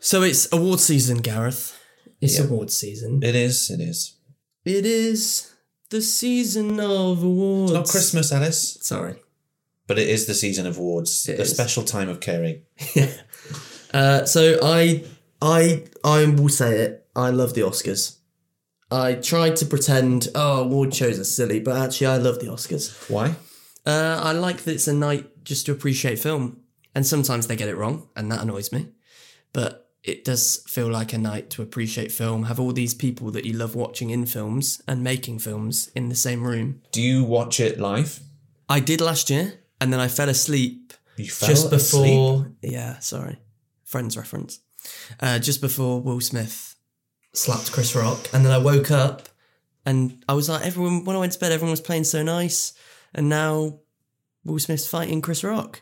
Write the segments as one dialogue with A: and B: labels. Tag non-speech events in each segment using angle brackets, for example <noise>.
A: So it's award season, Gareth.
B: It's
A: Yeah.
B: awards season.
C: It is, it is.
A: It is the season of awards.
C: Not Christmas, Alice,
B: Sorry.
C: but it is the season of awards,
B: It
C: the
B: is.
C: special time of caring.
B: Uh,
A: So I, I, I will say it. I love the Oscars. I tried to pretend oh award shows are silly, but actually I love the Oscars.
C: Why?
A: Uh, I like that it's a night just to appreciate film, and sometimes they get it wrong, and that annoys me. But it does feel like a night to appreciate film. Have all these people that you love watching in films and making films in the same room.
C: Do you watch it live?
A: I did last year, and then I fell asleep
C: You fell
A: just
C: asleep?
A: before. Yeah, sorry, Friends reference. Uh, just before Will Smith slapped Chris Rock, and then I woke up, and I was like, everyone. When I went to bed, everyone was playing so nice, and now Will Smith's fighting Chris Rock.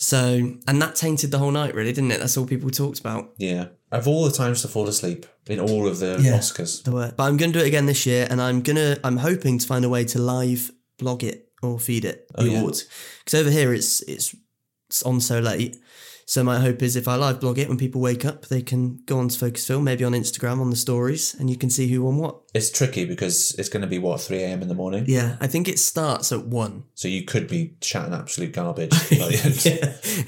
A: So, and that tainted the whole night, really, didn't it? That's all people talked about.
C: Yeah. Of all the times to fall asleep in all of the
A: Yeah.
C: Oscars.
A: The word. But I'm gonna do it again this year, and I'm gonna. I'm hoping to find a way to live blog it or feed it the
C: Oh, yeah.
A: awards because over here it's, it's it's on so late. So my hope is if I live blog it when people wake up, they can go on to Focus Film, maybe on Instagram on the stories, and you can see who won what.
C: It's tricky because it's going to be, what, 3 a.m. in the morning?
A: Yeah, I think it starts at one.
C: So you could be chatting absolute
A: <laughs>
C: garbage. Like,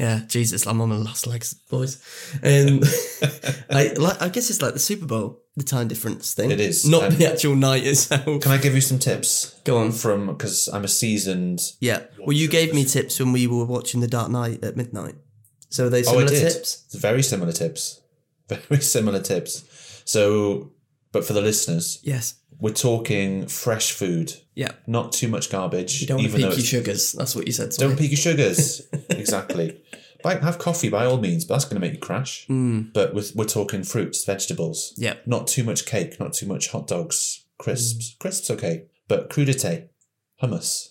A: yeah. Jesus, I'm on the last legs, boys. Um, <laughs> I like, I guess it's like the Super Bowl, the time difference thing.
C: It is.
A: not
C: Um,
A: the actual night itself.
C: Can I give you some tips?
A: Go on.
C: From, because I'm a seasoned.
A: Yeah. Well, you gave me tips when we were watching The Dark Knight at midnight. So are they
C: Oh, I
A: similar
C: did.
A: tips?
C: Very similar tips. <laughs> Very similar tips. So, but for the listeners,
A: Yes.
C: we're talking fresh food,
A: Yeah.
C: not too much garbage.
A: You don't want to
C: though
A: peak your
C: it's-
A: sugars. That's what you said. To
C: Don't
A: me.
C: peak
A: <laughs>
C: your sugars. exactly. Like, have coffee by all means, but that's going to make you crash.
A: Mm.
C: But with, we're talking fruits, vegetables.
A: Yeah.
C: Not too much cake, not too much hot dogs,
A: Mm.
C: crisps. Crisps, okay. But crudité, hummus,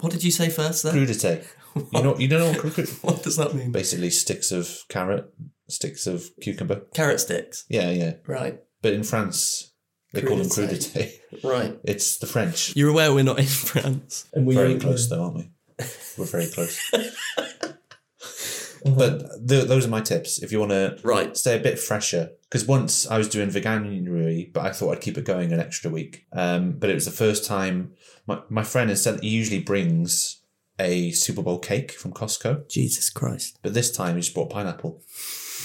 A: What did you say first then?
C: crudité. you, know, you don't know what cru- cru-
A: <laughs> What does that mean?
C: basically sticks of carrot, sticks of cucumber.
A: Carrot sticks.
C: Yeah, yeah.
A: Right.
C: But in France, they call them
A: Crudité.
C: crudité. <laughs>
A: Right.
C: It's the French.
A: You're aware we're not in <laughs> France.
B: and we
C: very
B: are-
C: close, though, aren't <laughs> we? We're very close. <laughs> but th- those are my tips. If you want to
A: Right.
C: stay a bit fresher, because once I was doing veganuary, but I thought I'd keep it going an extra week. Um, but it was the first time my, my friend has said he usually brings a Super Bowl cake from Costco,
A: Jesus Christ.
C: but this time he just brought pineapple.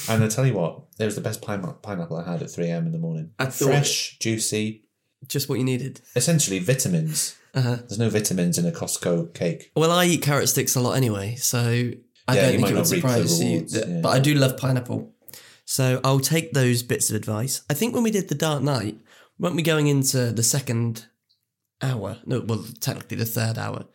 C: And I tell you what, it was the best pine- pineapple I had at 3 a.m. in the morning.
A: I thought-
C: Fresh, juicy,
A: Just what you needed.
C: essentially vitamins.
A: Uh-huh.
C: There's no vitamins in a Costco cake.
A: Well, I eat carrot sticks a lot anyway, so I
C: Yeah,
A: don't
C: you
A: think it
C: might
A: would
C: not reap the
A: surprise you.
C: rewards,
A: that-
C: yeah.
A: But I do love pineapple. So I'll take those bits of advice. I think when we did The Dark Knight, weren't we going into the second hour? No, well, technically the third hour,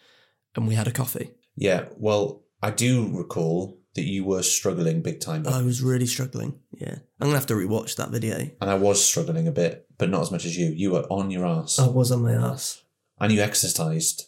A: and we had a coffee.
C: Yeah, well, I do recall that you were struggling big time,
B: Oh.
A: I was really struggling. Yeah. I'm going to have to rewatch that video.
C: and I was struggling a bit, but not as much as you. You were on your ass,
B: Oh.
A: I was on my ass.
C: and you exercised.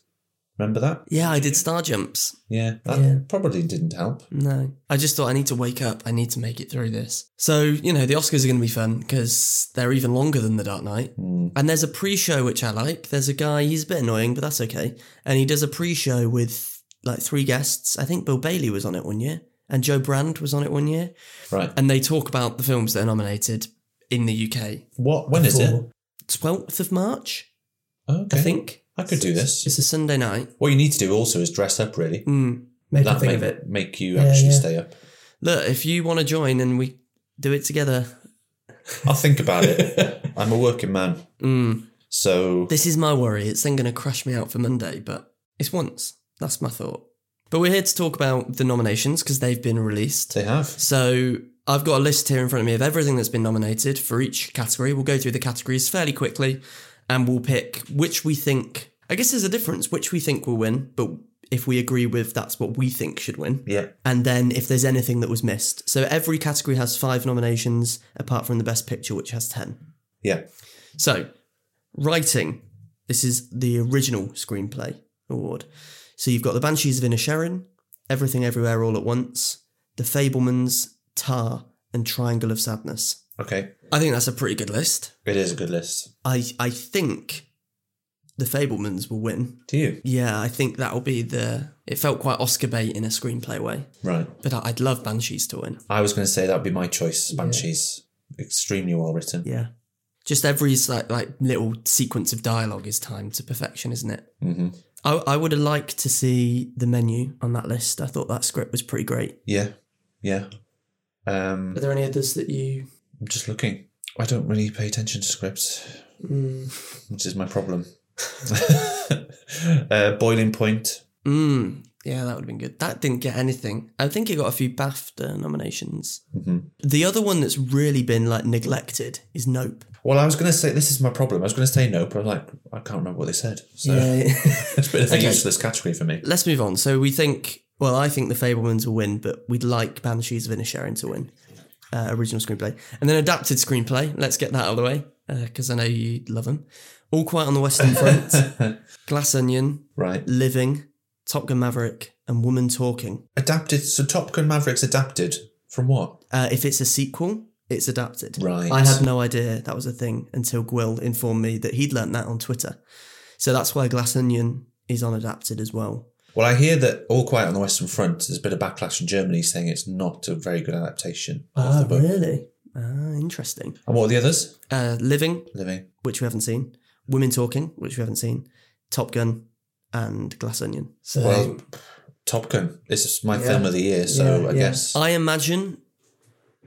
C: Remember that?
A: Yeah, I did star jumps.
C: Yeah, that
A: Yeah.
C: probably didn't help.
A: No. I just thought I need to wake up. I need to make it through this. So, you know, the Oscars are going to be fun because they're even longer than The Dark Knight.
C: Hmm.
A: And there's a pre-show which I like. There's a guy, he's a bit annoying, but that's okay. And he does a pre-show with like three guests. I think Bill Bailey was on it one year, and Joe Brand was on it one year.
C: Right.
A: And they talk about the films that are nominated in the UK.
C: What? When is it?
B: Before.
A: Twelfth of March,
C: Okay.
A: I think.
C: I could do this.
A: It's a Sunday night.
C: What you need to do also is dress up. Really,
A: Mm.
B: Make a
C: that
B: thing
C: may
B: of it.
C: make you
B: Yeah,
C: actually
B: yeah.
C: stay up.
A: Look, if you want to join and we do it together.
C: I'll think about
B: <laughs>
C: it. I'm a working man,
A: Mm.
C: so
A: This is my worry. It's then going to crash me out for Monday, but it's once. That's my thought. But we're here to talk about the nominations because they've been released.
C: they have.
A: So I've got a list here in front of me of everything that's been nominated for each category. We'll go through the categories fairly quickly and we'll pick which we think, I guess there's a difference, which we think will win, but if we agree with that's what we think should win.
C: Yeah.
A: And then if there's anything that was missed. So every category has five nominations apart from the best picture, which has 10.
C: Yeah.
A: So, writing. This is the original screenplay award. So you've got The Banshees of Inisherin, Everything Everywhere All at Once, The Fablemans, Tar, and Triangle of Sadness.
C: Okay.
A: I think that's a pretty good list.
C: It is a good list.
A: I, I think The Fablemans will win.
C: Do you?
A: Yeah, I think that'll be the. It felt quite Oscar bait in a screenplay way,
C: Right.
A: but I- I'd love Banshees to win.
C: I was going to say that would be my choice. Banshees. Extremely well written.
A: Yeah. Just every like, like little sequence of dialogue is timed to perfection, isn't it?
C: Mm-hmm.
A: I, I would have liked to see the menu on that list. I thought that script was pretty great.
C: Yeah. Yeah. Um,
A: Are there any others that you?
C: I'm just looking. I don't really pay attention to scripts,
A: Mm.
C: which is my problem. <laughs> uh, Boiling Point.
A: Mm. Yeah, that would have been good. That didn't get anything. I think it got a few BAFTA nominations.
C: hmm
A: The other one that's really been like neglected is Nope.
C: Well, I was going to say this is my problem. I was going to say no, but I'm like I can't remember what they said. So
A: Yeah.
C: <laughs> it's a bit of a
A: Okay.
C: useless category for me.
A: <laughs> Let's move on. So we think, well, I think the Fablemans will win, but we'd like Banshees of Inisherin to win. Uh, original screenplay. And then adapted screenplay. Let's get that out of the way, because I know you love them. All Quiet on the <laughs> Western Front, Glass Onion,
C: <laughs> right.
A: Living, Top Gun Maverick, and Woman Talking.
C: Adapted. So Top Gun Mavericks adapted from what?
A: Uh, if it's a sequel, it's adapted.
C: Right.
A: I had no idea that was a thing until Gwill informed me that he'd learnt that on Twitter. So that's why Glass Onion is on adapted as well.
C: Well, I hear that All Quiet on the Western Front. There's a bit of backlash in Germany saying it's not a very good adaptation of the book.
A: Ah, really? Ah, interesting.
C: And what are the others?
A: Uh, Living,
C: Living.
A: which we haven't seen, Women Talking, which we haven't seen, Top Gun, and Glass Onion.
B: So
C: Well, Top Gun. This is my
B: Yeah.
C: film of the year, so
B: Yeah,
C: I
B: yeah.
C: guess.
A: I imagine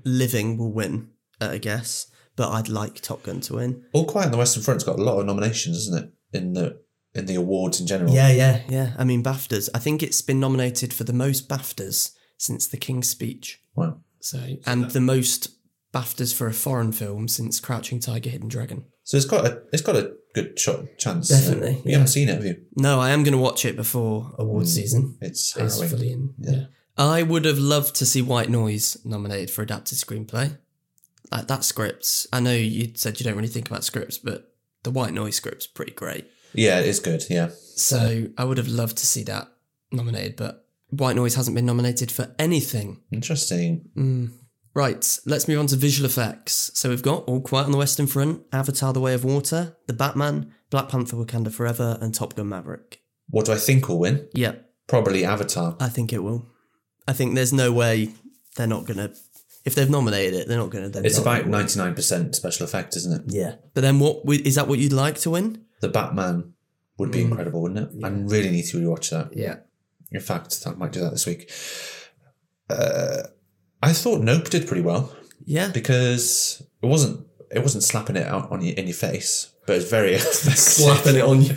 A: Living will win, at a guess, but I'd like Top Gun to win.
C: All Quiet on the Western Front's got a lot of nominations, isn't it? In the in the awards in general.
A: Yeah, yeah, yeah. I mean, BAFTAs. I think it's been nominated for the most BAFTAs since The King's Speech.
C: Wow.
A: So, and the most BAFTAs for a foreign film since Crouching Tiger, Hidden Dragon.
C: So it's got a it's got a good shot, chance.
A: Definitely,
C: You
A: yeah.
C: haven't seen it, have you?
A: No, I am going to watch it before award
C: Mm.
A: season.
C: It's
B: it's
C: harrowing.
B: fully in.
C: Yeah.
B: Yeah.
A: I would have loved to see White Noise nominated for adapted screenplay. Like that script. I know you said you don't really think about scripts, but the White Noise script's pretty great.
C: Yeah, it is good. Yeah.
A: So I would have loved to see that nominated, but White Noise hasn't been nominated for anything.
C: Interesting.
A: Mm. Right, let's move on to visual effects. So we've got All Quiet on the Western Front, Avatar The Way of Water, The Batman, Black Panther Wakanda Forever, and Top Gun Maverick.
C: What do I think will win?
A: Yeah,
C: Probably Avatar.
A: I think it will. I think there's no way they're not going to, if they've nominated it, they're not going to then.
C: It's
A: not
C: about
A: win.
C: ninety nine percent special effect, isn't it?
A: Yeah. But then what wi- is that what you'd like to win?
C: The Batman would be
B: Mm.
C: incredible, wouldn't it? I
B: Yeah.
C: really need to rewatch that.
B: Yeah.
C: In fact, I might do that this week. Uh, I thought Nope did pretty well.
A: Yeah.
C: because it wasn't it wasn't slapping it out on your, in your face, but it's very <laughs>
B: Slapping it on you.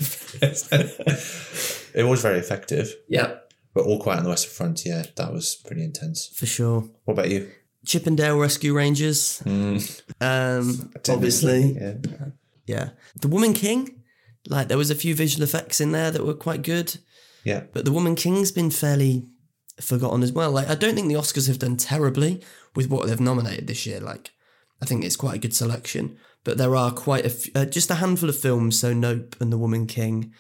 C: it was very effective.
B: Yeah.
C: But all quiet on the Western Front, yeah, that was pretty intense.
A: For sure.
C: What about you?
A: Chippendale Rescue Rangers.
B: Hmm.
C: Mm,
A: Um
C: I didn't-
A: obviously.
C: yeah.
A: Yeah. The Woman King. Like there was a few visual effects in there that were quite good.
C: Yeah.
A: But The Woman King's been fairly forgotten as well. Like I don't think the Oscars have done terribly with what they've nominated this year. Like I think it's quite a good selection, but there are quite a f- uh, just a handful of films. So Nope and The Woman King,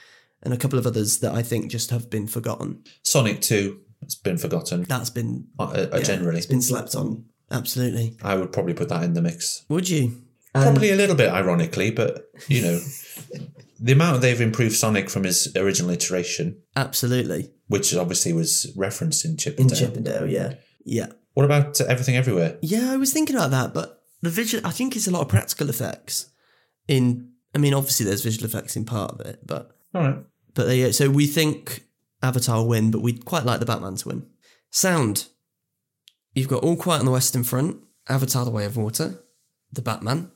A: and a couple of others that I think just have been forgotten.
C: Sonic Two, it's been forgotten.
A: That's been
C: Uh, uh,
A: yeah,
C: generally,
A: it's been slept on. Absolutely.
C: I would probably put that in the mix.
A: Would you?
C: Probably a little bit ironically, but
A: <laughs>
C: you know, the amount they've improved Sonic from his original iteration,
A: Absolutely.
C: which obviously was referenced in Chip
A: In
C: and Dale.
A: Chippendale, yeah. Yeah.
C: What about uh, Everything Everywhere?
A: Yeah, I was thinking about that, but the visual, I think it's a lot of practical effects in, I mean, obviously there's visual effects in part of it, but,
C: All right.
A: but there you go. So we think Avatar will win, but we'd quite like the Batman to win. Sound. You've got All Quiet on the Western Front, Avatar The Way of Water, The Batman,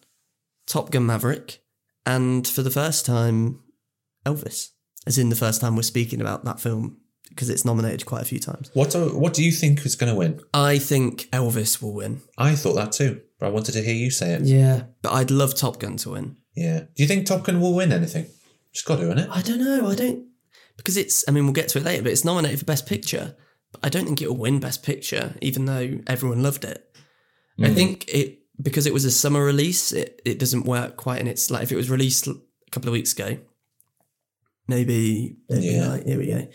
A: Top Gun Maverick, and for the first time, Elvis. As in the first time we're speaking about that film, because it's nominated quite a few times.
C: What do, what do you think is going to win?
A: I think Elvis will win.
C: I thought that too, but I wanted to hear you say it.
A: Yeah. But I'd love Top Gun to win.
C: Yeah. Do you think Top Gun will win anything? It's got to, isn't it?
A: I don't know. I don't. Because it's, I mean, we'll get to it later, but it's nominated for Best Picture. But I don't think it'll win Best Picture, even though everyone loved it. I
C: Mm.
A: think it, because it was a summer release, it, it doesn't work quite. And it's like, if it was released l- a couple of weeks ago, maybe. they'd be
C: Yeah.
A: like, here we go.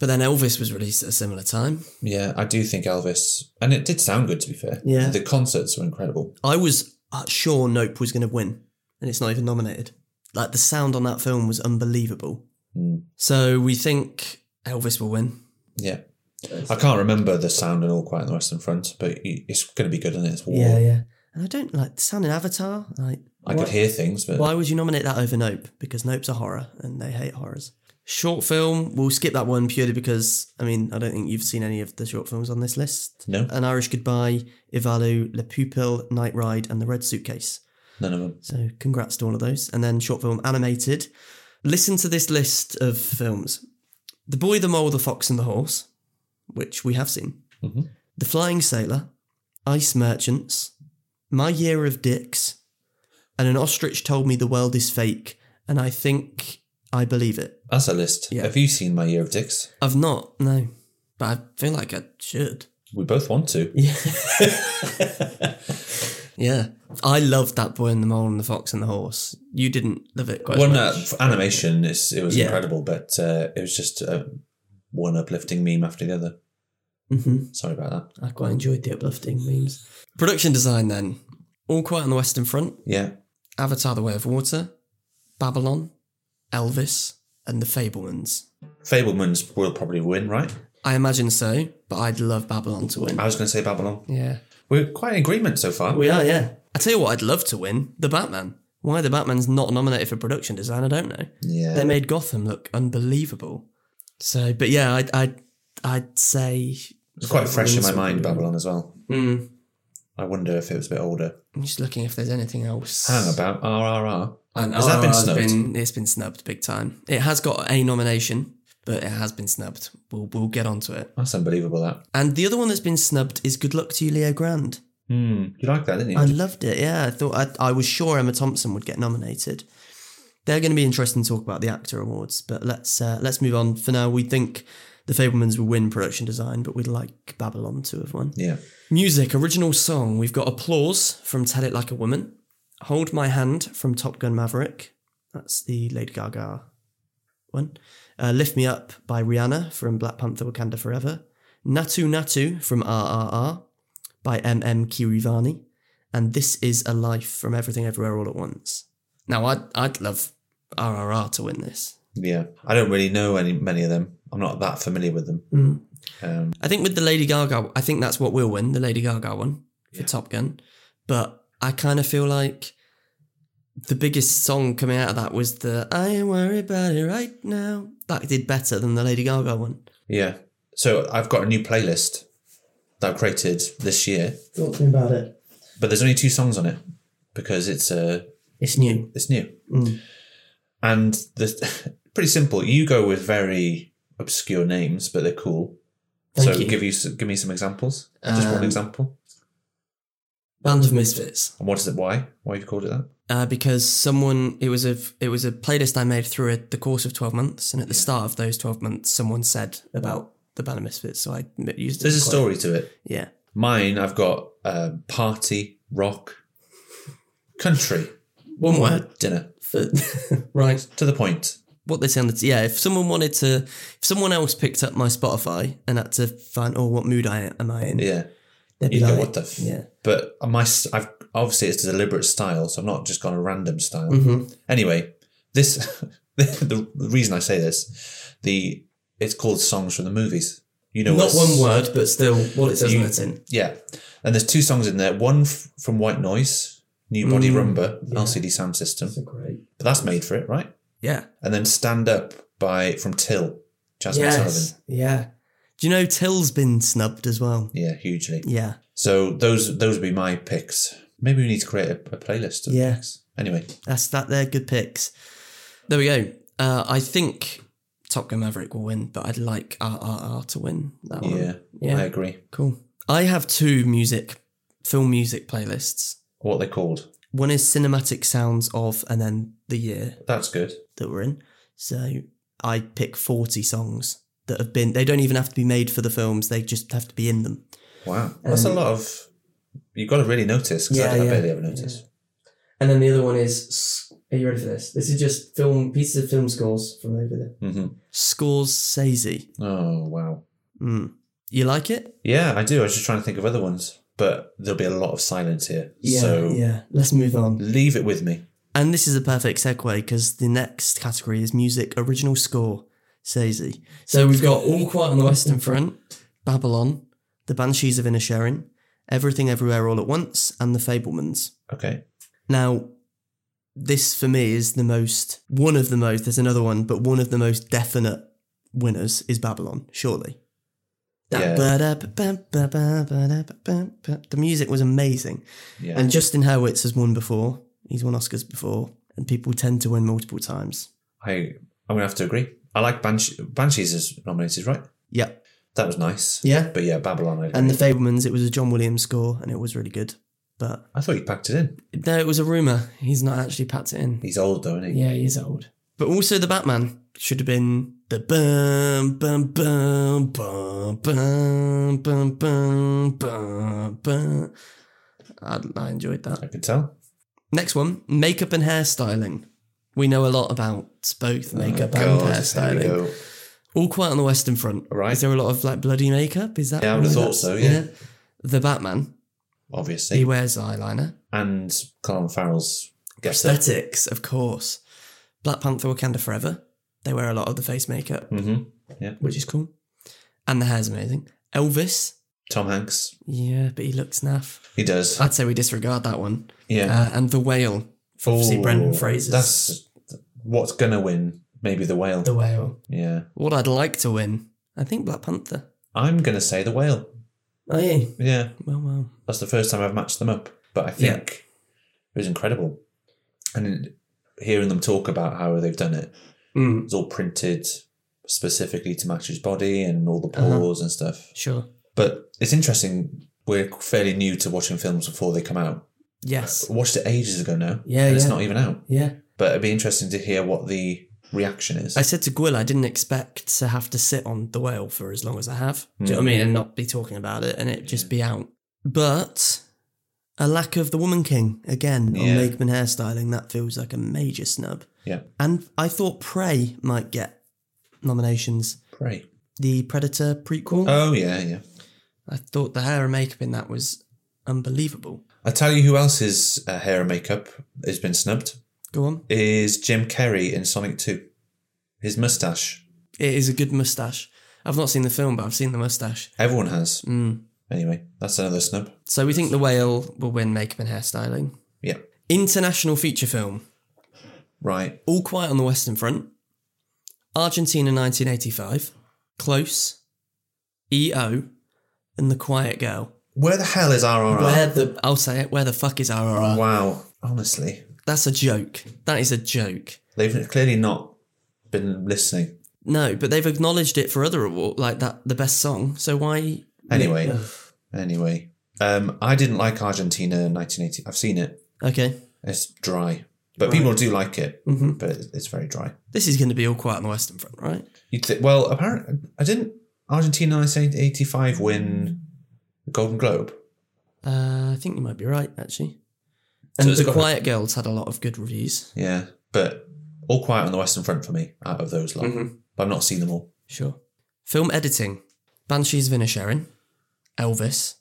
A: But then Elvis was released at a similar time.
C: Yeah, I do think Elvis, and it did sound good to be fair.
A: Yeah.
C: the concerts were incredible.
A: I was uh, sure Nope was going to win, and it's not even nominated. Like the sound on that film was unbelievable.
C: Mm.
A: So we think Elvis will win.
C: Yeah, I can't remember the sound and all quiet on the Western Front, but it- it's going to be good, and it? it's warm.
A: yeah. And I don't like the sound in Avatar. Like,
C: I could hear things, but
A: why would you nominate that over Nope? Because Nope's a horror, and they hate horrors. Short film, we'll skip that one purely because I mean I don't think you've seen any of the short films on this list.
C: no,
A: An Irish Goodbye, Ivalu, Le Pupil, Night Ride, and The Red Suitcase.
C: none of them.
A: So congrats to all of those. And then short film animated. Listen to this list of films The Boy, the Mole, the Fox, and the Horse, which we have seen.
C: Mhm.
A: The Flying Sailor, Ice Merchants, My Year of Dicks, and An Ostrich Told Me the World is Fake. And I think I believe it.
C: That's a list.
A: Yeah.
C: Have you seen My Year of Dicks?
A: I've not, no. But I feel like I should.
C: We both want to.
A: Yeah. yeah. I loved that boy and the mole and the fox and the horse. You didn't love it quite as
C: One
A: much.
C: uh, for animation, it's, it was
A: Yeah.
C: incredible, but uh, it was just uh, one uplifting meme after the other.
A: hmm
C: Sorry about that.
A: I quite enjoyed the uplifting memes. Production design then. All Quiet on the Western Front,
C: Yeah,
A: Avatar the Way of Water, Babylon, Elvis, and The Fablemans.
C: Fablemans will probably win, right?
A: I imagine so, but I'd love Babylon to win.
C: I was going to say Babylon.
A: Yeah.
C: We're quite in agreement so far.
A: We are, yeah. I tell you what I'd love to win, The Batman. Why the Batman's not nominated for production design, I don't know.
C: yeah.
A: They made Gotham look unbelievable. So, but yeah, I'd, I'd, I'd say.
C: It's quite fresh in my mind,
A: Babylon.
C: Babylon, as well.
A: Mm.
C: I wonder if it was a bit older.
A: I'm just looking if there's anything else.
C: Hang about RRR.
A: And
C: Has that been
A: RRR's
C: snubbed?
A: been- it's been snubbed big time. It has got a nomination, but it has been snubbed. We'll we'll get onto it.
C: That's unbelievable, that.
A: And the other one that's been snubbed is Good Luck to You, Leo Grand.
C: Hmm. You liked that, didn't you?
A: I loved it. Yeah, I thought I, I was sure Emma Thompson would get nominated. They're going to be interesting to talk about the actor awards, but let's uh, let's move on. For now, we think the Fablemans will win production design, but we'd like Babylon to have won.
C: yeah.
A: Music, original song. We've got Applause from Tell It Like a Woman. Hold My Hand from Top Gun Maverick. That's the Lady Gaga one. Uh, Lift Me Up by Rihanna from Black Panther Wakanda Forever. Natu Natu from RRR by MM Kirivani. And This Is a Life from Everything Everywhere All at Once. Now, I'd, I'd love RRR to win this.
C: Yeah. I don't really know any many of them. I'm not that familiar with them. Um,
A: I think with the Lady Gaga, I think that's what will win the Lady Gaga one for
C: Yeah.
A: Top Gun. But I kind of feel like the biggest song coming out of that was the "I Ain't Worried About It Right Now." That did better than the Lady Gaga one.
C: yeah. So I've got a new playlist that I've created this year,
A: Talk to me about it.
C: but there's only two songs on it because it's uh,
A: It's new.
C: it's new.
A: Mm.
C: And the <laughs> pretty simple. You go with very obscure names, but they're cool.
A: Thank
C: so
A: you.
C: give you s- give me some examples. Just
A: Um,
C: one example.
A: Band of Misfits.
C: And what is it? Why? Why have you called it that?
A: Uh, because someone, it was a it was a playlist I made through a, the course of twelve months, and at the start of those twelve months, someone said about the Band of Misfits, so I m- used it.
C: There's a
A: quite-
C: story to it.
A: Yeah.
C: Mine, I've got um, party, rock, country,
A: One word.
C: dinner.
A: <laughs> right.
C: To the point.
A: what they sounded. Yeah, if someone wanted to, if someone else picked up my Spotify and had to find, oh, what mood I am I in?
C: Yeah.
A: They'd be
C: You go,
A: like,
C: what the? F-?
A: yeah.
C: But my, s- I've obviously it's a deliberate style, so I've not just gone a random style.
A: Mm. Mm-hmm.
C: Anyway, this <laughs> the, the reason I say this, the it's called songs from the movies. You know,
A: Not
C: it's-
A: one word, but still, what it says
C: You-
A: on the tin.
C: Yeah, and there's two songs in there. One f- from White Noise, New Body
A: Mm,
C: Rumba, LCD Sound System.
A: great.
C: But that's made for it, right?
A: Yeah.
C: And then Stand Up by from Till, Jasmine Sullivan.
A: Yes. Yeah. Do you know Till's been snubbed as well?
C: Yeah, hugely.
A: Yeah.
C: So those those would be my picks. Maybe we need to create a, a playlist. Of
A: Yeah.
C: Picks. Anyway,
A: That's that. They're good picks. There we go. Uh, I think Top Gun Maverick will win, but I'd like RRR to win that one.
C: yeah, I
A: Yeah.
C: agree.
A: Cool. I have two music, film music playlists.
C: What are they called?
A: One is cinematic sounds of, and then the year
C: That's good.
A: that we're in. So I pick 40 songs that have been, they don't even have to be made for the films, they just have to be in them.
C: Wow, that's a
A: Um,
C: lot of. You've got to really notice because
A: Yeah,
C: I, I
A: yeah,
C: barely ever notice.
A: And then the other one is
B: Are you ready for this? This is just film pieces of film scores from over there.
C: Mm-hmm.
A: Scores Sazy.
C: Oh wow.
A: Mm. You like it?
C: Yeah, I do. I was just trying to think of other ones, but there'll be a lot of silence here.
B: Yeah,
C: so
B: yeah. Let's move on.
C: leave it with me.
A: And this is a perfect segue because the next category is music original score, Sazy. So we've got All Quiet on the Western Front, Babylon, The Banshees of Inisherin, Everything Everywhere All at Once, and The Fablemans.
C: Okay.
A: Now, this for me is the most, one of the most, there's another one, but one of the most definite winners is Babylon, surely.
C: Yeah.
A: The music was amazing.
C: Yeah.
A: And Justin Hurwitz has won before. He's won Oscars before, and people tend to win multiple times.
C: I I'm gonna have to agree. I like Banshee, Banshees is nominated, right?
A: Yep.
C: That was nice.
A: Yeah.
C: But yeah, Babylon. I, agree.
A: And the Fablemans, it was a John Williams score, and it was really good. But
C: I thought you packed it in.
A: no, it was a rumor. He's not actually packed it in.
C: He's old though, isn't he?
B: Yeah, he is old.
A: But also, the Batman should have been the bum bum bum bum bum bum bum bum bum. I, I enjoyed that.
C: I can tell.
A: Next one, makeup and hairstyling. We know a lot about both makeup and
C: God, there we
A: hairstyling.
C: go.
A: All Quiet on the Western Front.
C: Right.
A: Is there a lot of like bloody makeup? Is that?
C: Yeah, I would have thought so, yeah.
A: The Batman.
C: Obviously.
A: He wears eyeliner.
C: and Colin Farrell's gets it.
A: Aesthetics, of course. Black Panther, Wakanda Forever. They wear a lot of the face makeup,
C: hmm
A: which is cool. And the hair's amazing. Elvis.
C: Tom Hanks.
A: Yeah, but he looks naff.
C: He does.
A: I'd say we disregard that one.
C: Yeah.
A: Uh, and the whale. Obviously,
C: Ooh,
A: Brendan Fraser's.
C: That's what's gonna win. Maybe the whale.
B: The whale.
C: yeah.
A: What I'd like to win. I think Black Panther.
C: I'm gonna say the whale.
B: Oh yeah.
C: Yeah.
A: Well, well.
C: That's the first time I've matched them up. But I
A: Yeah.
C: think it was incredible. And hearing them talk about how they've done it,
B: Mm.
C: it's all printed specifically to match his body and all the
A: Uh-huh.
C: pores and stuff.
A: Sure.
C: But it's interesting. We're fairly new to watching films before they come out.
A: Yes.
C: I watched it ages ago now.
B: Yeah,
C: and it's
B: yeah.
C: not even out.
B: Yeah.
C: But it'd be interesting to hear what the reaction is.
A: I said to Gwil, I didn't expect to have to sit on the whale for as long as I have. Do you know what I
C: Mm.
A: mean? And not be talking about it and it just be out. But a lack of the Woman King again
C: Yeah.
A: on makeup and hairstyling, that feels like a major snub.
C: yeah,
A: And I thought Prey might get nominations.
C: pray.
A: The Predator prequel.
C: Oh yeah, yeah.
A: I thought the hair and makeup in that was unbelievable.
C: I tell you who else's uh, hair and makeup has been snubbed
A: Go on.
C: is Jim Carrey in Sonic Two. His mustache.
A: It is a good mustache. I've not seen the film, but I've seen the mustache.
C: Everyone has.
A: Mm.
C: Anyway, that's another snub.
A: So we think the whale will win makeup and hairstyling.
C: Yeah.
A: International feature film.
C: Right.
A: All Quiet on the Western Front, Argentina 1985, Close, EO, and The Quiet Girl.
C: Where the hell is RRR?
B: Where the
A: I'll say it, where the fuck is RRR?
C: Wow. Honestly,
A: That's a joke. That is a joke.
C: they've clearly not been listening.
A: No, but they've acknowledged it for other award like that, the best song. So why?
C: Anyway,
B: Ugh.
C: anyway. Um, I didn't like Argentina in 1980. I've seen it.
A: <sighs> Okay,
C: It's dry, but people do like it.
A: Mhm.
C: But it's it's very dry.
A: this is going to be All Quiet on the Western Front, right?
C: You th- well, apparently, I didn't. Argentina 1985 win the Golden Globe.
A: Uh, I think you might be right, actually.
C: So
A: And
C: it's
A: The
C: got-
A: Quiet Girls had a lot of good reviews.
C: Yeah, but all quiet on the Western Front for me out of those lot.
B: Mm-hmm.
C: But I've not seen them all.
A: Sure. Film editing Banshees of Inisherin, Elvis,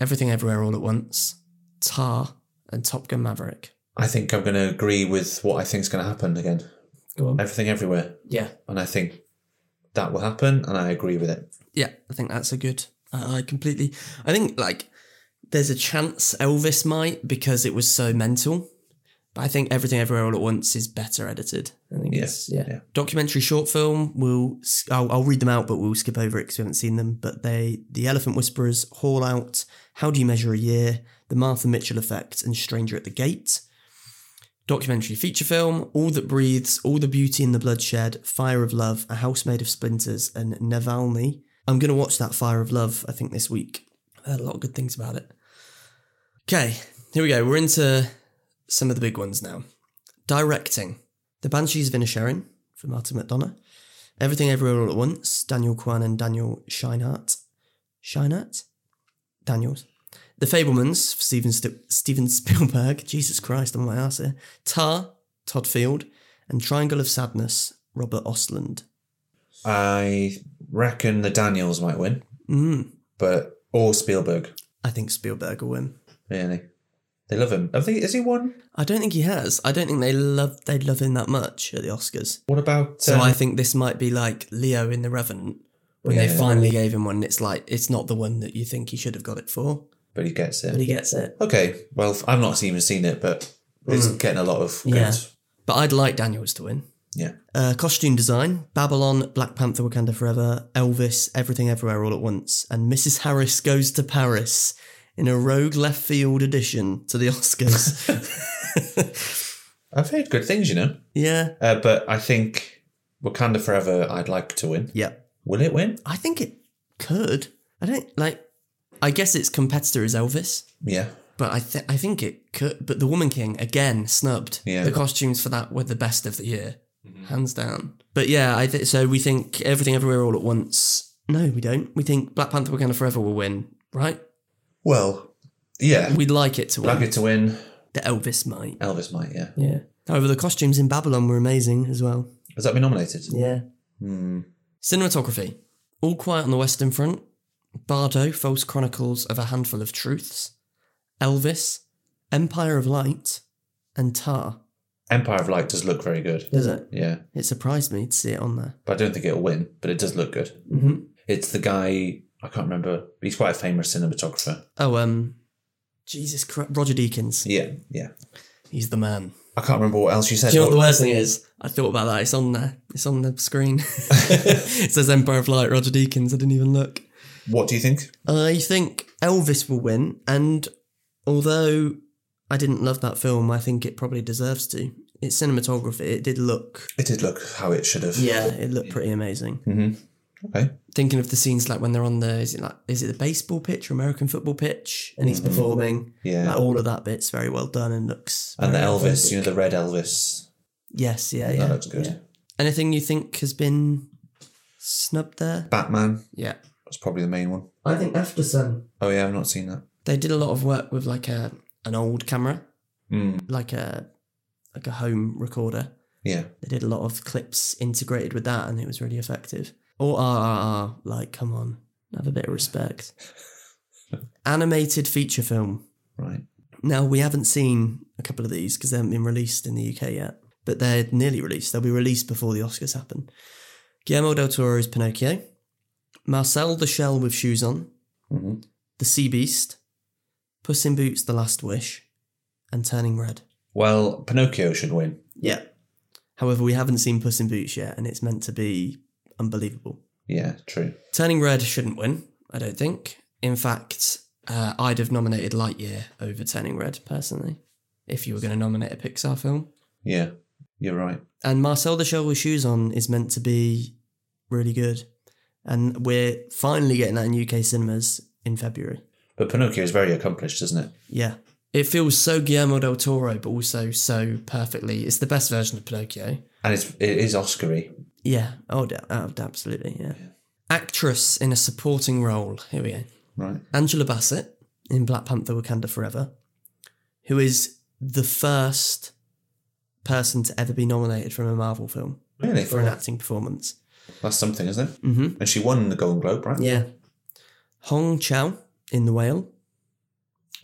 A: Everything Everywhere All at Once, Tar, and Top Gun Maverick.
C: I think I'm going to agree with what I think is going to happen again.
B: Go on.
C: Everything everywhere,
B: Yeah.
C: and I think that will happen, and I agree with it.
A: Yeah, I think that's a good. I I completely. I think, like, there's a chance Elvis might because it was so mental. But I think Everything Everywhere All at Once is better edited. I think it's
C: Yes.
B: yeah.
A: documentary short film we'll s- I'll, I'll read them out but we'll skip over it because we haven't seen them but they the elephant whisperers haul out how do you measure a year the martha mitchell effect and stranger at the gate documentary feature film all that breathes all the beauty in the bloodshed fire of love a house made of splinters and navalny i'm going to watch that fire of love i think this week i heard a lot of good things about it okay here we go we're into some of the big ones now directing the Banshees of Inisherin for Martin McDonough. Everything Everywhere All at Once, Daniel Kwan and Daniel Scheinert. Scheinert? Daniels. <laughs> The Fablemans for Steven, Sti- Steven Spielberg. Jesus Christ, I'm on my ass here. Tar, Todd Field, and Triangle of Sadness, Robert Ostland.
C: I reckon the Daniels might win,
A: Mm,
C: but or Spielberg.
A: I think Spielberg will win.
C: Really, they love him. Have they? Is he won?
A: I don't think he has. I don't think they love they love him that much at the Oscars.
C: What about?
A: So
C: um,
A: I think this might be like Leo in The Revenant when they
C: Yeah.
A: finally gave him one. It's like it's not the one that you think he should have got it for,
C: but he gets
A: but
C: it.
A: he gets it.
C: Okay. Well, I've not even seen it, but it's getting a lot of. good-
A: Mm. Yeah. But I'd like Daniels to win.
C: Yeah.
A: Uh, costume design: Babylon, Black Panther, Wakanda Forever, Elvis, Everything Everywhere All at Once, and Mrs. Harris goes to Paris in a rogue left field addition to the <laughs> Oscars.
C: I've heard good things, you know.
A: yeah,
C: Uh, but I think Wakanda Forever. I'd like to win.
A: yeah.
C: Will it win?
A: I think it could. I don't like. I guess its competitor is Elvis,
C: Yeah.
A: but I th- I think it could. But The Woman King again snubbed.
C: Yeah.
A: The costumes for that were the best of the year, hands down. But yeah, I th- so we think Everything Everywhere All at Once. No, we don't. We think Black Panther Wakanda Forever will win, right?
C: Well, yeah.
A: We'd like it to win.
C: Like it to win.
A: The Elvis might.
C: Elvis might. Yeah.
A: Yeah. However, the costumes in Babylon were amazing as well.
C: Has that been nominated?
A: Yeah.
C: Hmm.
A: Cinematography. All Quiet on the Western Front. Bardo, False Chronicles of a Handful of Truths. Elvis, Empire of Light, and Tar.
C: Empire of Light does look very good.
A: Does it?
C: Yeah,
A: It surprised me to see it on there.
C: but I don't think it'll win. But it does look good.
A: Mm-hmm.
C: It's the guy I can't remember. He's quite a famous cinematographer.
A: Oh, um, Jesus Christ. Roger Deakins.
C: Yeah, yeah.
A: He's the man.
C: I can't remember what else you said.
A: Do you know what
C: What-
A: the worst thing is? I thought about that. It's on there. It's on the <laughs> screen. it says Empire of Light, Roger Deakins. I didn't even look.
C: what do you think?
A: I think Elvis will win, and although I didn't love that film, I think it probably deserves to. Its cinematography, it did look.
C: It did look how it should have.
A: it looked pretty amazing.
C: hmm Okay.
A: Thinking of the scenes like when they're on the is it like is it the baseball pitch or American football pitch, and he's performing.
C: Yeah.
A: Like, all of that bit's very well done and looks.
C: and the
A: very
C: Elvis,
A: authentic.
C: you know, the red Elvis.
A: Yes, yeah, yeah.
C: that looks good.
A: yeah. Anything you think has been snubbed there?
C: Batman
A: Yeah.
C: was probably the main one.
B: I think After Sun.
C: Oh yeah, I've not seen that.
A: They did a lot of work with like a an old camera,
C: Mm.
A: like a like a home recorder.
C: Yeah.
A: They did a lot of clips integrated with that, and it was really effective. Or RRR, like, come on, have a bit of
C: <laughs>
A: respect. Animated feature film.
C: Right.
A: Now we haven't seen a couple of these because they haven't been released in the UK yet, but they're nearly released. They'll be released before the Oscars happen. Guillermo del Toro's Pinocchio, Marcel the Shell with Shoes On,
C: Mhm.
A: The Sea Beast, Puss in Boots: The Last Wish, and Turning Red.
C: Well, Pinocchio should win.
A: Yeah. However, we haven't seen Puss in Boots yet, and it's meant to be unbelievable.
C: Yeah. True.
A: Turning Red shouldn't win, I don't think. In fact, uh, I'd have nominated Lightyear over Turning Red personally, if you were going to nominate a Pixar film.
C: Yeah. You're right.
A: And Marcel the Shell with Shoes On is meant to be really good, and we're finally getting that in UK cinemas in February.
C: But Pinocchio is very accomplished, isn't it?
A: Yeah. It feels so Guillermo del Toro, but also so perfectly. It's the best version of Pinocchio.
C: And it's it is Oscary.
A: Yeah. Oh, da- oh, da- absolutely. Yeah. Actress in a supporting role. Here we go.
C: Right.
A: Angela Bassett in Black Panther Wakanda Forever, who is the first person to ever be nominated from a Marvel film
C: Really.
A: for an acting performance.
C: That's something, isn't it?
A: Mm-hmm.
C: And she won the Golden Globe, right?
A: Yeah. Hong Chow in The Whale,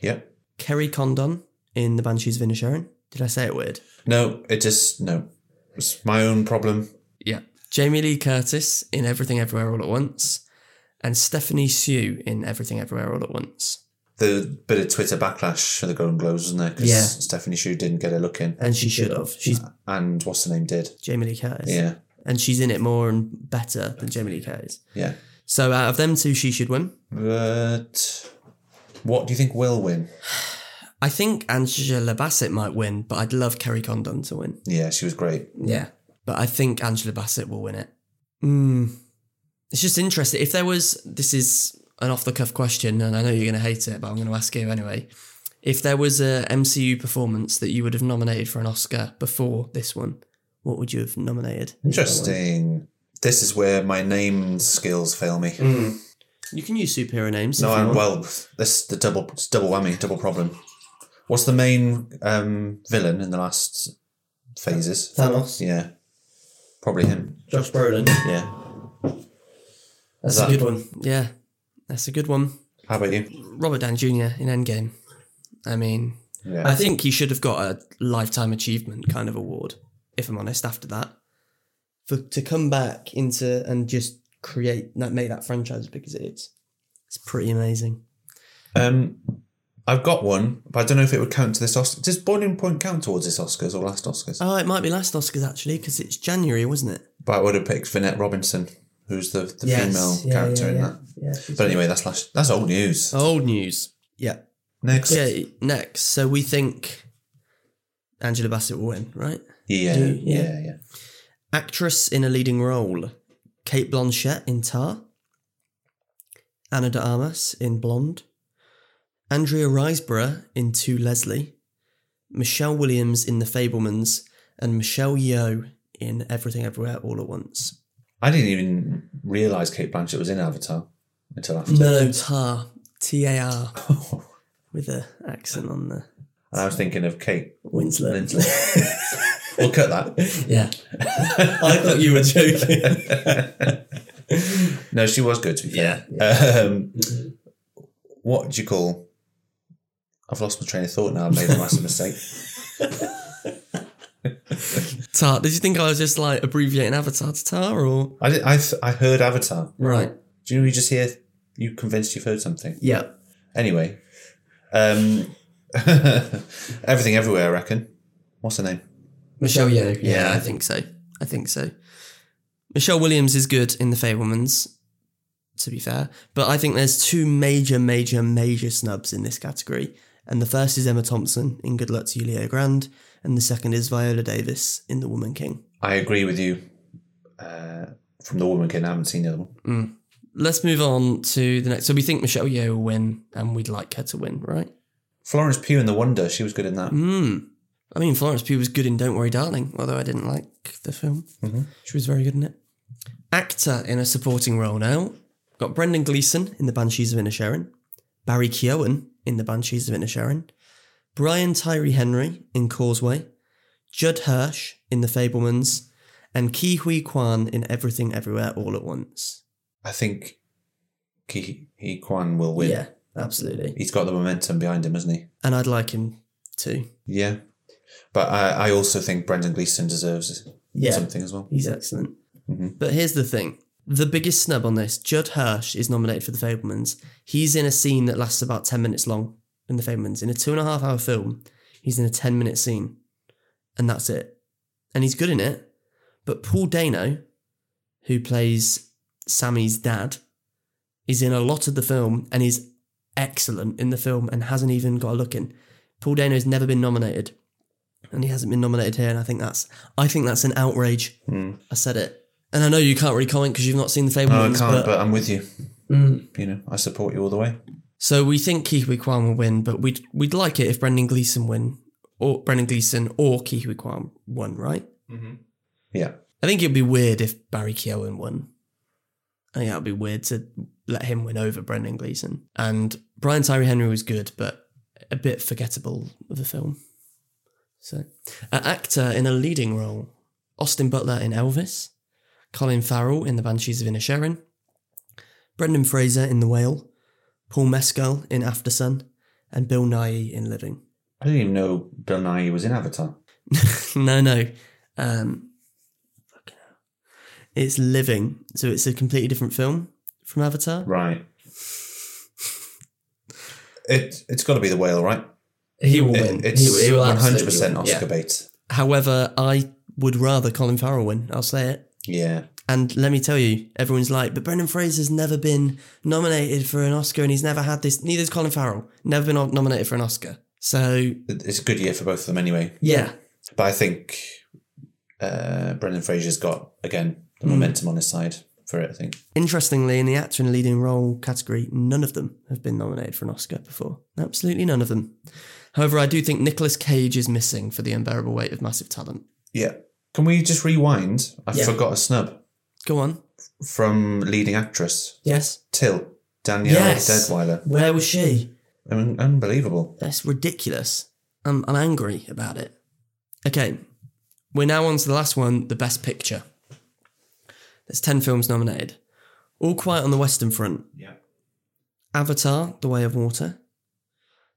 C: Yeah.
A: Kerry Condon in The Banshees of Inisherin. Did I say it weird?
C: No, it just no. It's my own problem.
A: Yeah. Jamie Lee Curtis in Everything Everywhere All at Once, and Stephanie Sue in Everything Everywhere All at Once.
C: The bit of Twitter backlash for the Golden Globes, wasn't there? Because
A: Yeah.
C: Stephanie Shu didn't get a look in,
A: And she should have. She's
C: and what's the name did.
A: Jamie Lee Curtis.
C: Yeah,
A: And she's in it more and better than Jamie Lee Curtis.
C: yeah.
A: So out of them two, she should win.
C: But what do you think will win?
A: I think Angela Bassett might win, but I'd love Kerry Condon to win.
C: Yeah, she was great.
A: Yeah. But I think Angela Bassett will win it. Mm. It's just interesting. If there was, this is an off the cuff question, and I know you're going to hate it, but I'm going to ask you anyway. If there was a MCU performance that you would have nominated for an Oscar before this one, what would you have nominated?
C: Interesting. This is where my name skills fail me.
A: You can use superhero names.
C: No,
A: if you
C: I'm
A: want.
C: well. This the double it's double whammy, double problem. What's the main um, villain in the last phases.
B: Thanos,
C: Yeah, probably him.
B: Josh Brolin.
C: Yeah.
A: That's
C: That-
A: a good one. Yeah, that's a good one.
C: How about you?
A: Robert Downey Jr. in Endgame. I mean,
C: Yeah.
A: I think he should have got a lifetime achievement kind of award, if I'm honest. After that, for to come back into and just create that make that franchise because it's it's pretty amazing.
C: Um, I've got one, but I don't know if it would count to this Oscar. Does Boiling Point count towards this Oscars or last Oscars?
A: Oh, it might be last Oscars actually because it's January, wasn't it?
C: but I would have picked Vinette Robinson, who's the, the female
B: yeah,
C: character
B: yeah,
C: in
B: yeah.
C: that.
B: Yeah, she's-
C: But anyway, that's last, that's old news.
A: Old news. Oh, Yeah.
C: Next,
A: Okay. Next, so we think Angela Bassett will win, right?
C: yeah,
B: Do-
C: yeah, yeah.
B: yeah.
A: Actress in a leading role: Kate Blanchett in Tar, Anna de Armas in Blonde, Andrea Riseborough in To Leslie, Michelle Williams in The Fablemans, and Michelle Yeoh in Everything Everywhere All at Once.
C: I didn't even realize Kate Blanchett was in Avatar until after. <laughs>
A: No, Tar, T A R, with an accent on the
C: And I was thinking of Kate
A: Winslet. <laughs>
C: Winslet. we'll cut
A: Yeah,
C: that.
A: <laughs> I thought you were joking.
C: <laughs> no, she was good to be fair. Um,
A: Mm-hmm.
C: what do you call? I've lost my train of thought now. I've made a massive mistake.
A: Tar. Did you think I was just like abbreviating Avatar to Tar or?
C: I did, I, th- I heard Avatar.
A: Right.
C: Do you know you just hear? You convinced you've heard something.
A: Yeah.
C: Anyway, um, <laughs> everything everywhere. I reckon. What's her name?
B: Michelle Yeoh.
A: Yeah, I think so. I think so. Michelle Williams is good in The Fablemans, to be fair. But I think there's two major, major, major snubs in this category. And the first is Emma Thompson in Good Luck to You, Leo Grand. And the second is Viola Davis in The Woman King.
C: I agree with you. Uh, from the woman kid, I haven't seen the other one.
A: Let's move on to the next. So we think Michelle Yeoh will win, and we'd like her to win, right?
C: Florence Pugh in The Wonder. She was good in that.
A: Hmm. I mean, Florence Pugh was good in Don't Worry, Darling, although I didn't like the film.
C: Mhm.
A: She was very good in it. Actor in a supporting role now. Got Brendan Gleeson in The Banshees of Inisherin, Barry Keoghan in The Banshees of Inisherin, Brian Tyree Henry in Causeway, Judd Hirsch in The Fablemans, and Ki Hui Kwan in Everything Everywhere All at Once.
C: I think Ki Hee Kwan will win.
A: Yeah, absolutely.
C: He's got the momentum behind him, hasn't he?
A: And I'd like him too.
C: Yeah. But I, I also think Brendan Gleeson deserves
B: Yeah,
C: something as well.
A: He's excellent.
C: Mhm.
A: But here's the thing. The biggest snub on this, Judd Hirsch is nominated for The Fablemans. He's in a scene that lasts about 10 minutes long in The Fablemans. In a two and a half hour film, he's in a 10 minute scene. And that's it. And he's good in it. But Paul Dano, who plays Sammy's dad, is in a lot of the film and is excellent in the film and hasn't even got a look in. Paul Dano's never been nominated. And he hasn't been nominated here, and I think that's I think that's an outrage.
C: Mm.
A: I said it. And I know you can't really comment because you've not seen the
C: No, I
A: Fablemans.
C: can't,
A: but,
C: but, I'm with you.
B: Mm.
C: You know, I support you all the way.
A: so we think Kiwi Kwan will win, but we'd we'd like it if Brendan Gleeson win or Brendan Gleeson or Kiwi Kwan won, right?
C: Yeah.
A: I think it'd be weird if Barry Keoghan won. I think that would be weird to let him win over Brendan Gleeson. And Brian Tyree Henry was good, but a bit forgettable of a film. So, an actor in a leading role: Austin Butler in Elvis, Colin Farrell in The Banshees of Inisherin, Brendan Fraser in The Whale, Paul Mescal in After Sun, and Bill Nighy in Living.
C: I didn't even know Bill Nye was in Avatar.
A: <laughs> no, no. Um, fucking hell. It's Living. So it's a completely different film from Avatar.
C: Right. It, it's got to be the whale, right?
B: he will win.
C: It, it's
B: he, he will
C: 100%
B: absolutely
C: Oscar
B: win. Yeah.
C: bait.
A: However, I would rather Colin Farrell win. I'll say it.
C: Yeah.
A: And let me tell you, everyone's like, but Brendan Fraser's never been nominated for an Oscar and he's never had this. Neither's Colin Farrell. Never been nominated for an Oscar. So,
C: It- It's a good year for both of them anyway.
A: yeah.
C: But I think uh, Brendan Fraser's got again the
A: Mm.
B: Hmm.
C: momentum on his side for it. I think
A: Interestingly, in the actor in a leading role category, none of them have been nominated for an Oscar before. Absolutely none of them. However, I do think Nicolas Cage is missing for the unbearable weight of massive talent.
C: Yeah. Can we just rewind? I
B: Yeah.
C: forgot a snub
A: Go on.
C: from leading actress
A: Yes.
C: Till Danielle
A: Yes.
C: Deadweiler.
A: Where was she?
C: I mean, unbelievable.
A: That's ridiculous. I'm, I'm angry about it. Okay. We're now on to the last one, the best picture. There's 10 films nominated. All Quiet on the Western Front,
C: Yeah.
A: Avatar, The Way of Water,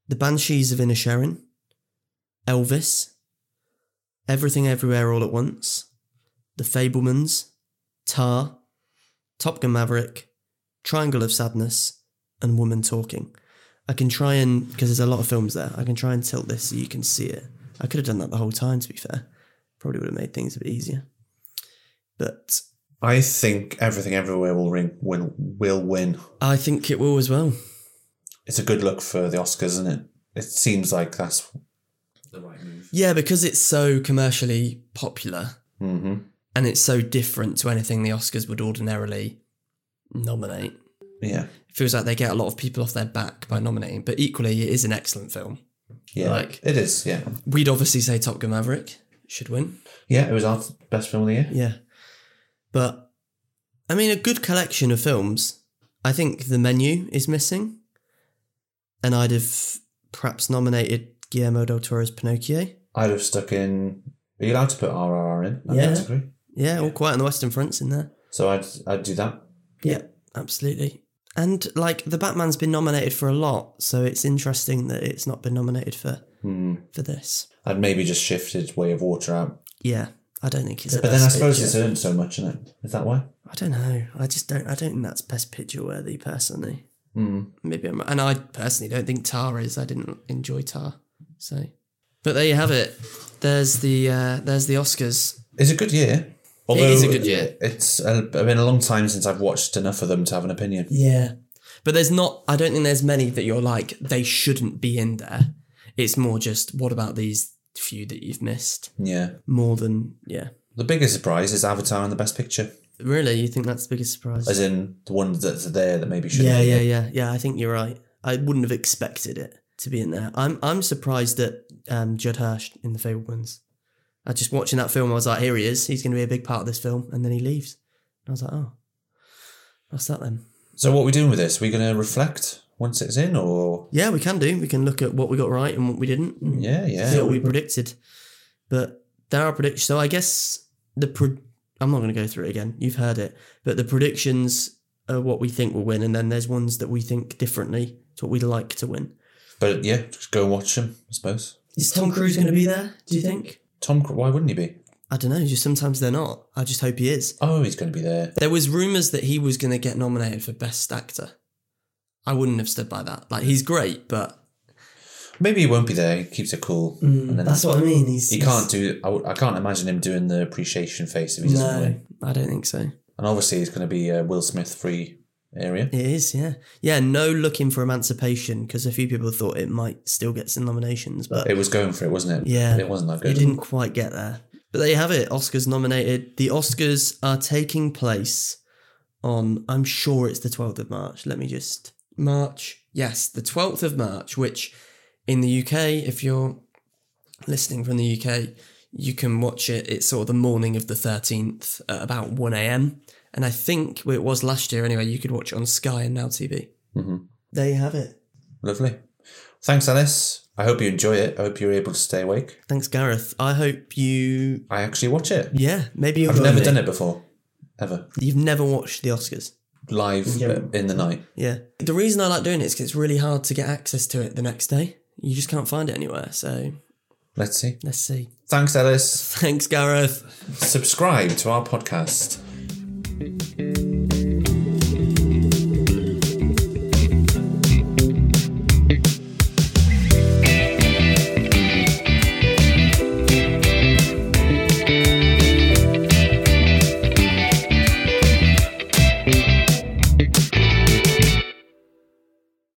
A: The Banshees of Inisherin, Elvis, Everything Everywhere All at Once, The Fablemans, Tar, Top Gun Maverick, Triangle of Sadness, and Woman Talking. I can try and, because there's a lot of films there, I can try and tilt this so you can see it. I could have done that the whole time, to be fair. Probably would have made things a bit easier. But
C: I think Everything Everywhere will ring will will win.
A: I think it will as well.
C: It's a good look for the Oscars, isn't it? It seems like that's the right move.
A: Yeah, because it's so commercially popular
C: Mm-hmm.
A: and it's so different to anything the Oscars would ordinarily nominate.
C: Yeah.
A: It feels like they get a lot of people off their back by nominating, but equally, it is an excellent film.
C: Yeah.
A: Like-
C: it is. Yeah.
A: We'd obviously say Top Gun Maverick should win.
C: Yeah. It was our best film of the year.
A: Yeah. But, I mean, a good collection of films. I think The Menu is missing. And I'd have perhaps nominated Guillermo del Toro's Pinocchio.
C: I'd have stuck in. Are you allowed to put RRR in? that
A: Yeah.
C: Category?
A: Yeah, all quiet on the Western Front's in there.
C: So I'd I'd do that.
A: Yeah, absolutely. And like the Batman's been nominated for a lot, so it's interesting that it's not been nominated for
C: Hmm.
A: for this.
C: I'd maybe just shifted Way of Water out.
A: Yeah, I don't think it's.
C: But then I suppose it's earned so much, isn't it? Is that why?
A: I don't know. I just don't. I don't think that's best picture worthy personally.
C: Hmm.
A: Maybe I'm. And I personally don't think Tar is. I didn't enjoy Tar. So, but there you have it. There's the uh, there's the Oscars.
C: It's a good year. Although
A: is a good year.
C: It's uh, been a long time since I've watched enough of them to have an opinion.
A: Yeah, but there's not. I don't think there's many that you're like they shouldn't be in there. It's more just what about these few that you've missed
C: Yeah.
A: more than yeah.
C: The biggest surprise is Avatar and the Best Picture,
A: Really, you think that's the biggest surprise?
C: as in the ones that are there that maybe should.
A: yeah, yeah, yeah, yeah. I think you're right. I wouldn't have expected it to be in there. I'm I'm surprised that um, Judd Hirsch in The Fablemans. I just watching that film. I was like, here he is. He's going to be a big part of this film, and then he leaves. And I was like, oh, what's that then?
C: So what are we doing with this? Are we going to reflect once it's in, or
A: Yeah, we can do. We can look at what we got right and what we didn't. and
C: yeah, yeah,
A: See what we predicted. But there are predictions. So I guess the pro- I'm not going to go through it again. You've heard it. But the predictions are what we think will win, and then there's ones that we think differently. It's what we'd like to win.
C: but yeah, just go and watch them. I suppose
A: Is Tom Cruise going to be there? Do you think?
C: Tom. Cru- Why wouldn't he be?
A: I don't know. Just sometimes they're not. I just hope he is.
C: Oh, he's going to be there.
A: There was rumors that he was going to get nominated for best actor. I wouldn't have stood by that. Like he's great, but
C: Maybe he won't be there. He keeps it cool,
A: Mm,
C: and then
B: That's what I mean. He's,
C: he can't do. I, w- I can't imagine him doing the appreciation face if he doesn't win.
A: I don't think so.
C: And obviously, it's going to be a Will Smith free area.
A: It is, yeah, yeah. No looking for emancipation because a few people thought it might still get some nominations, but
C: It was going for it, wasn't it?
A: Yeah.
C: it wasn't that
A: You
C: good.
A: didn't quite get there. But there you have it. Oscars nominated. The Oscars are taking place on, I'm sure it's the 12th of March. Let me just. March. Yes, the 12th of March, which in the UK, if you're listening from the UK, you can watch it. It's sort of the morning of the 13th at about 1 a.m. And I think well, it was last year anyway, you could watch it on Sky and Now TV.
C: Mhm.
A: There you have it.
C: Lovely. Thanks, Alice. I hope you enjoy it. I hope you're able to stay awake.
A: Thanks, Gareth. I hope you.
C: I actually watch it.
A: Yeah, maybe you'll
C: I've
A: join
C: never
A: me.
C: done it before, ever.
A: You've never watched the Oscars.
C: Live uh, in the night.
A: Yeah. The reason I like doing it is 'cause it's really hard to get access to it the next day. You just can't find it anywhere. So
C: Let's see.
A: let's see. <laughs>
C: Thanks, Alice.
A: Thanks, Gareth.
C: Subscribe to our podcast.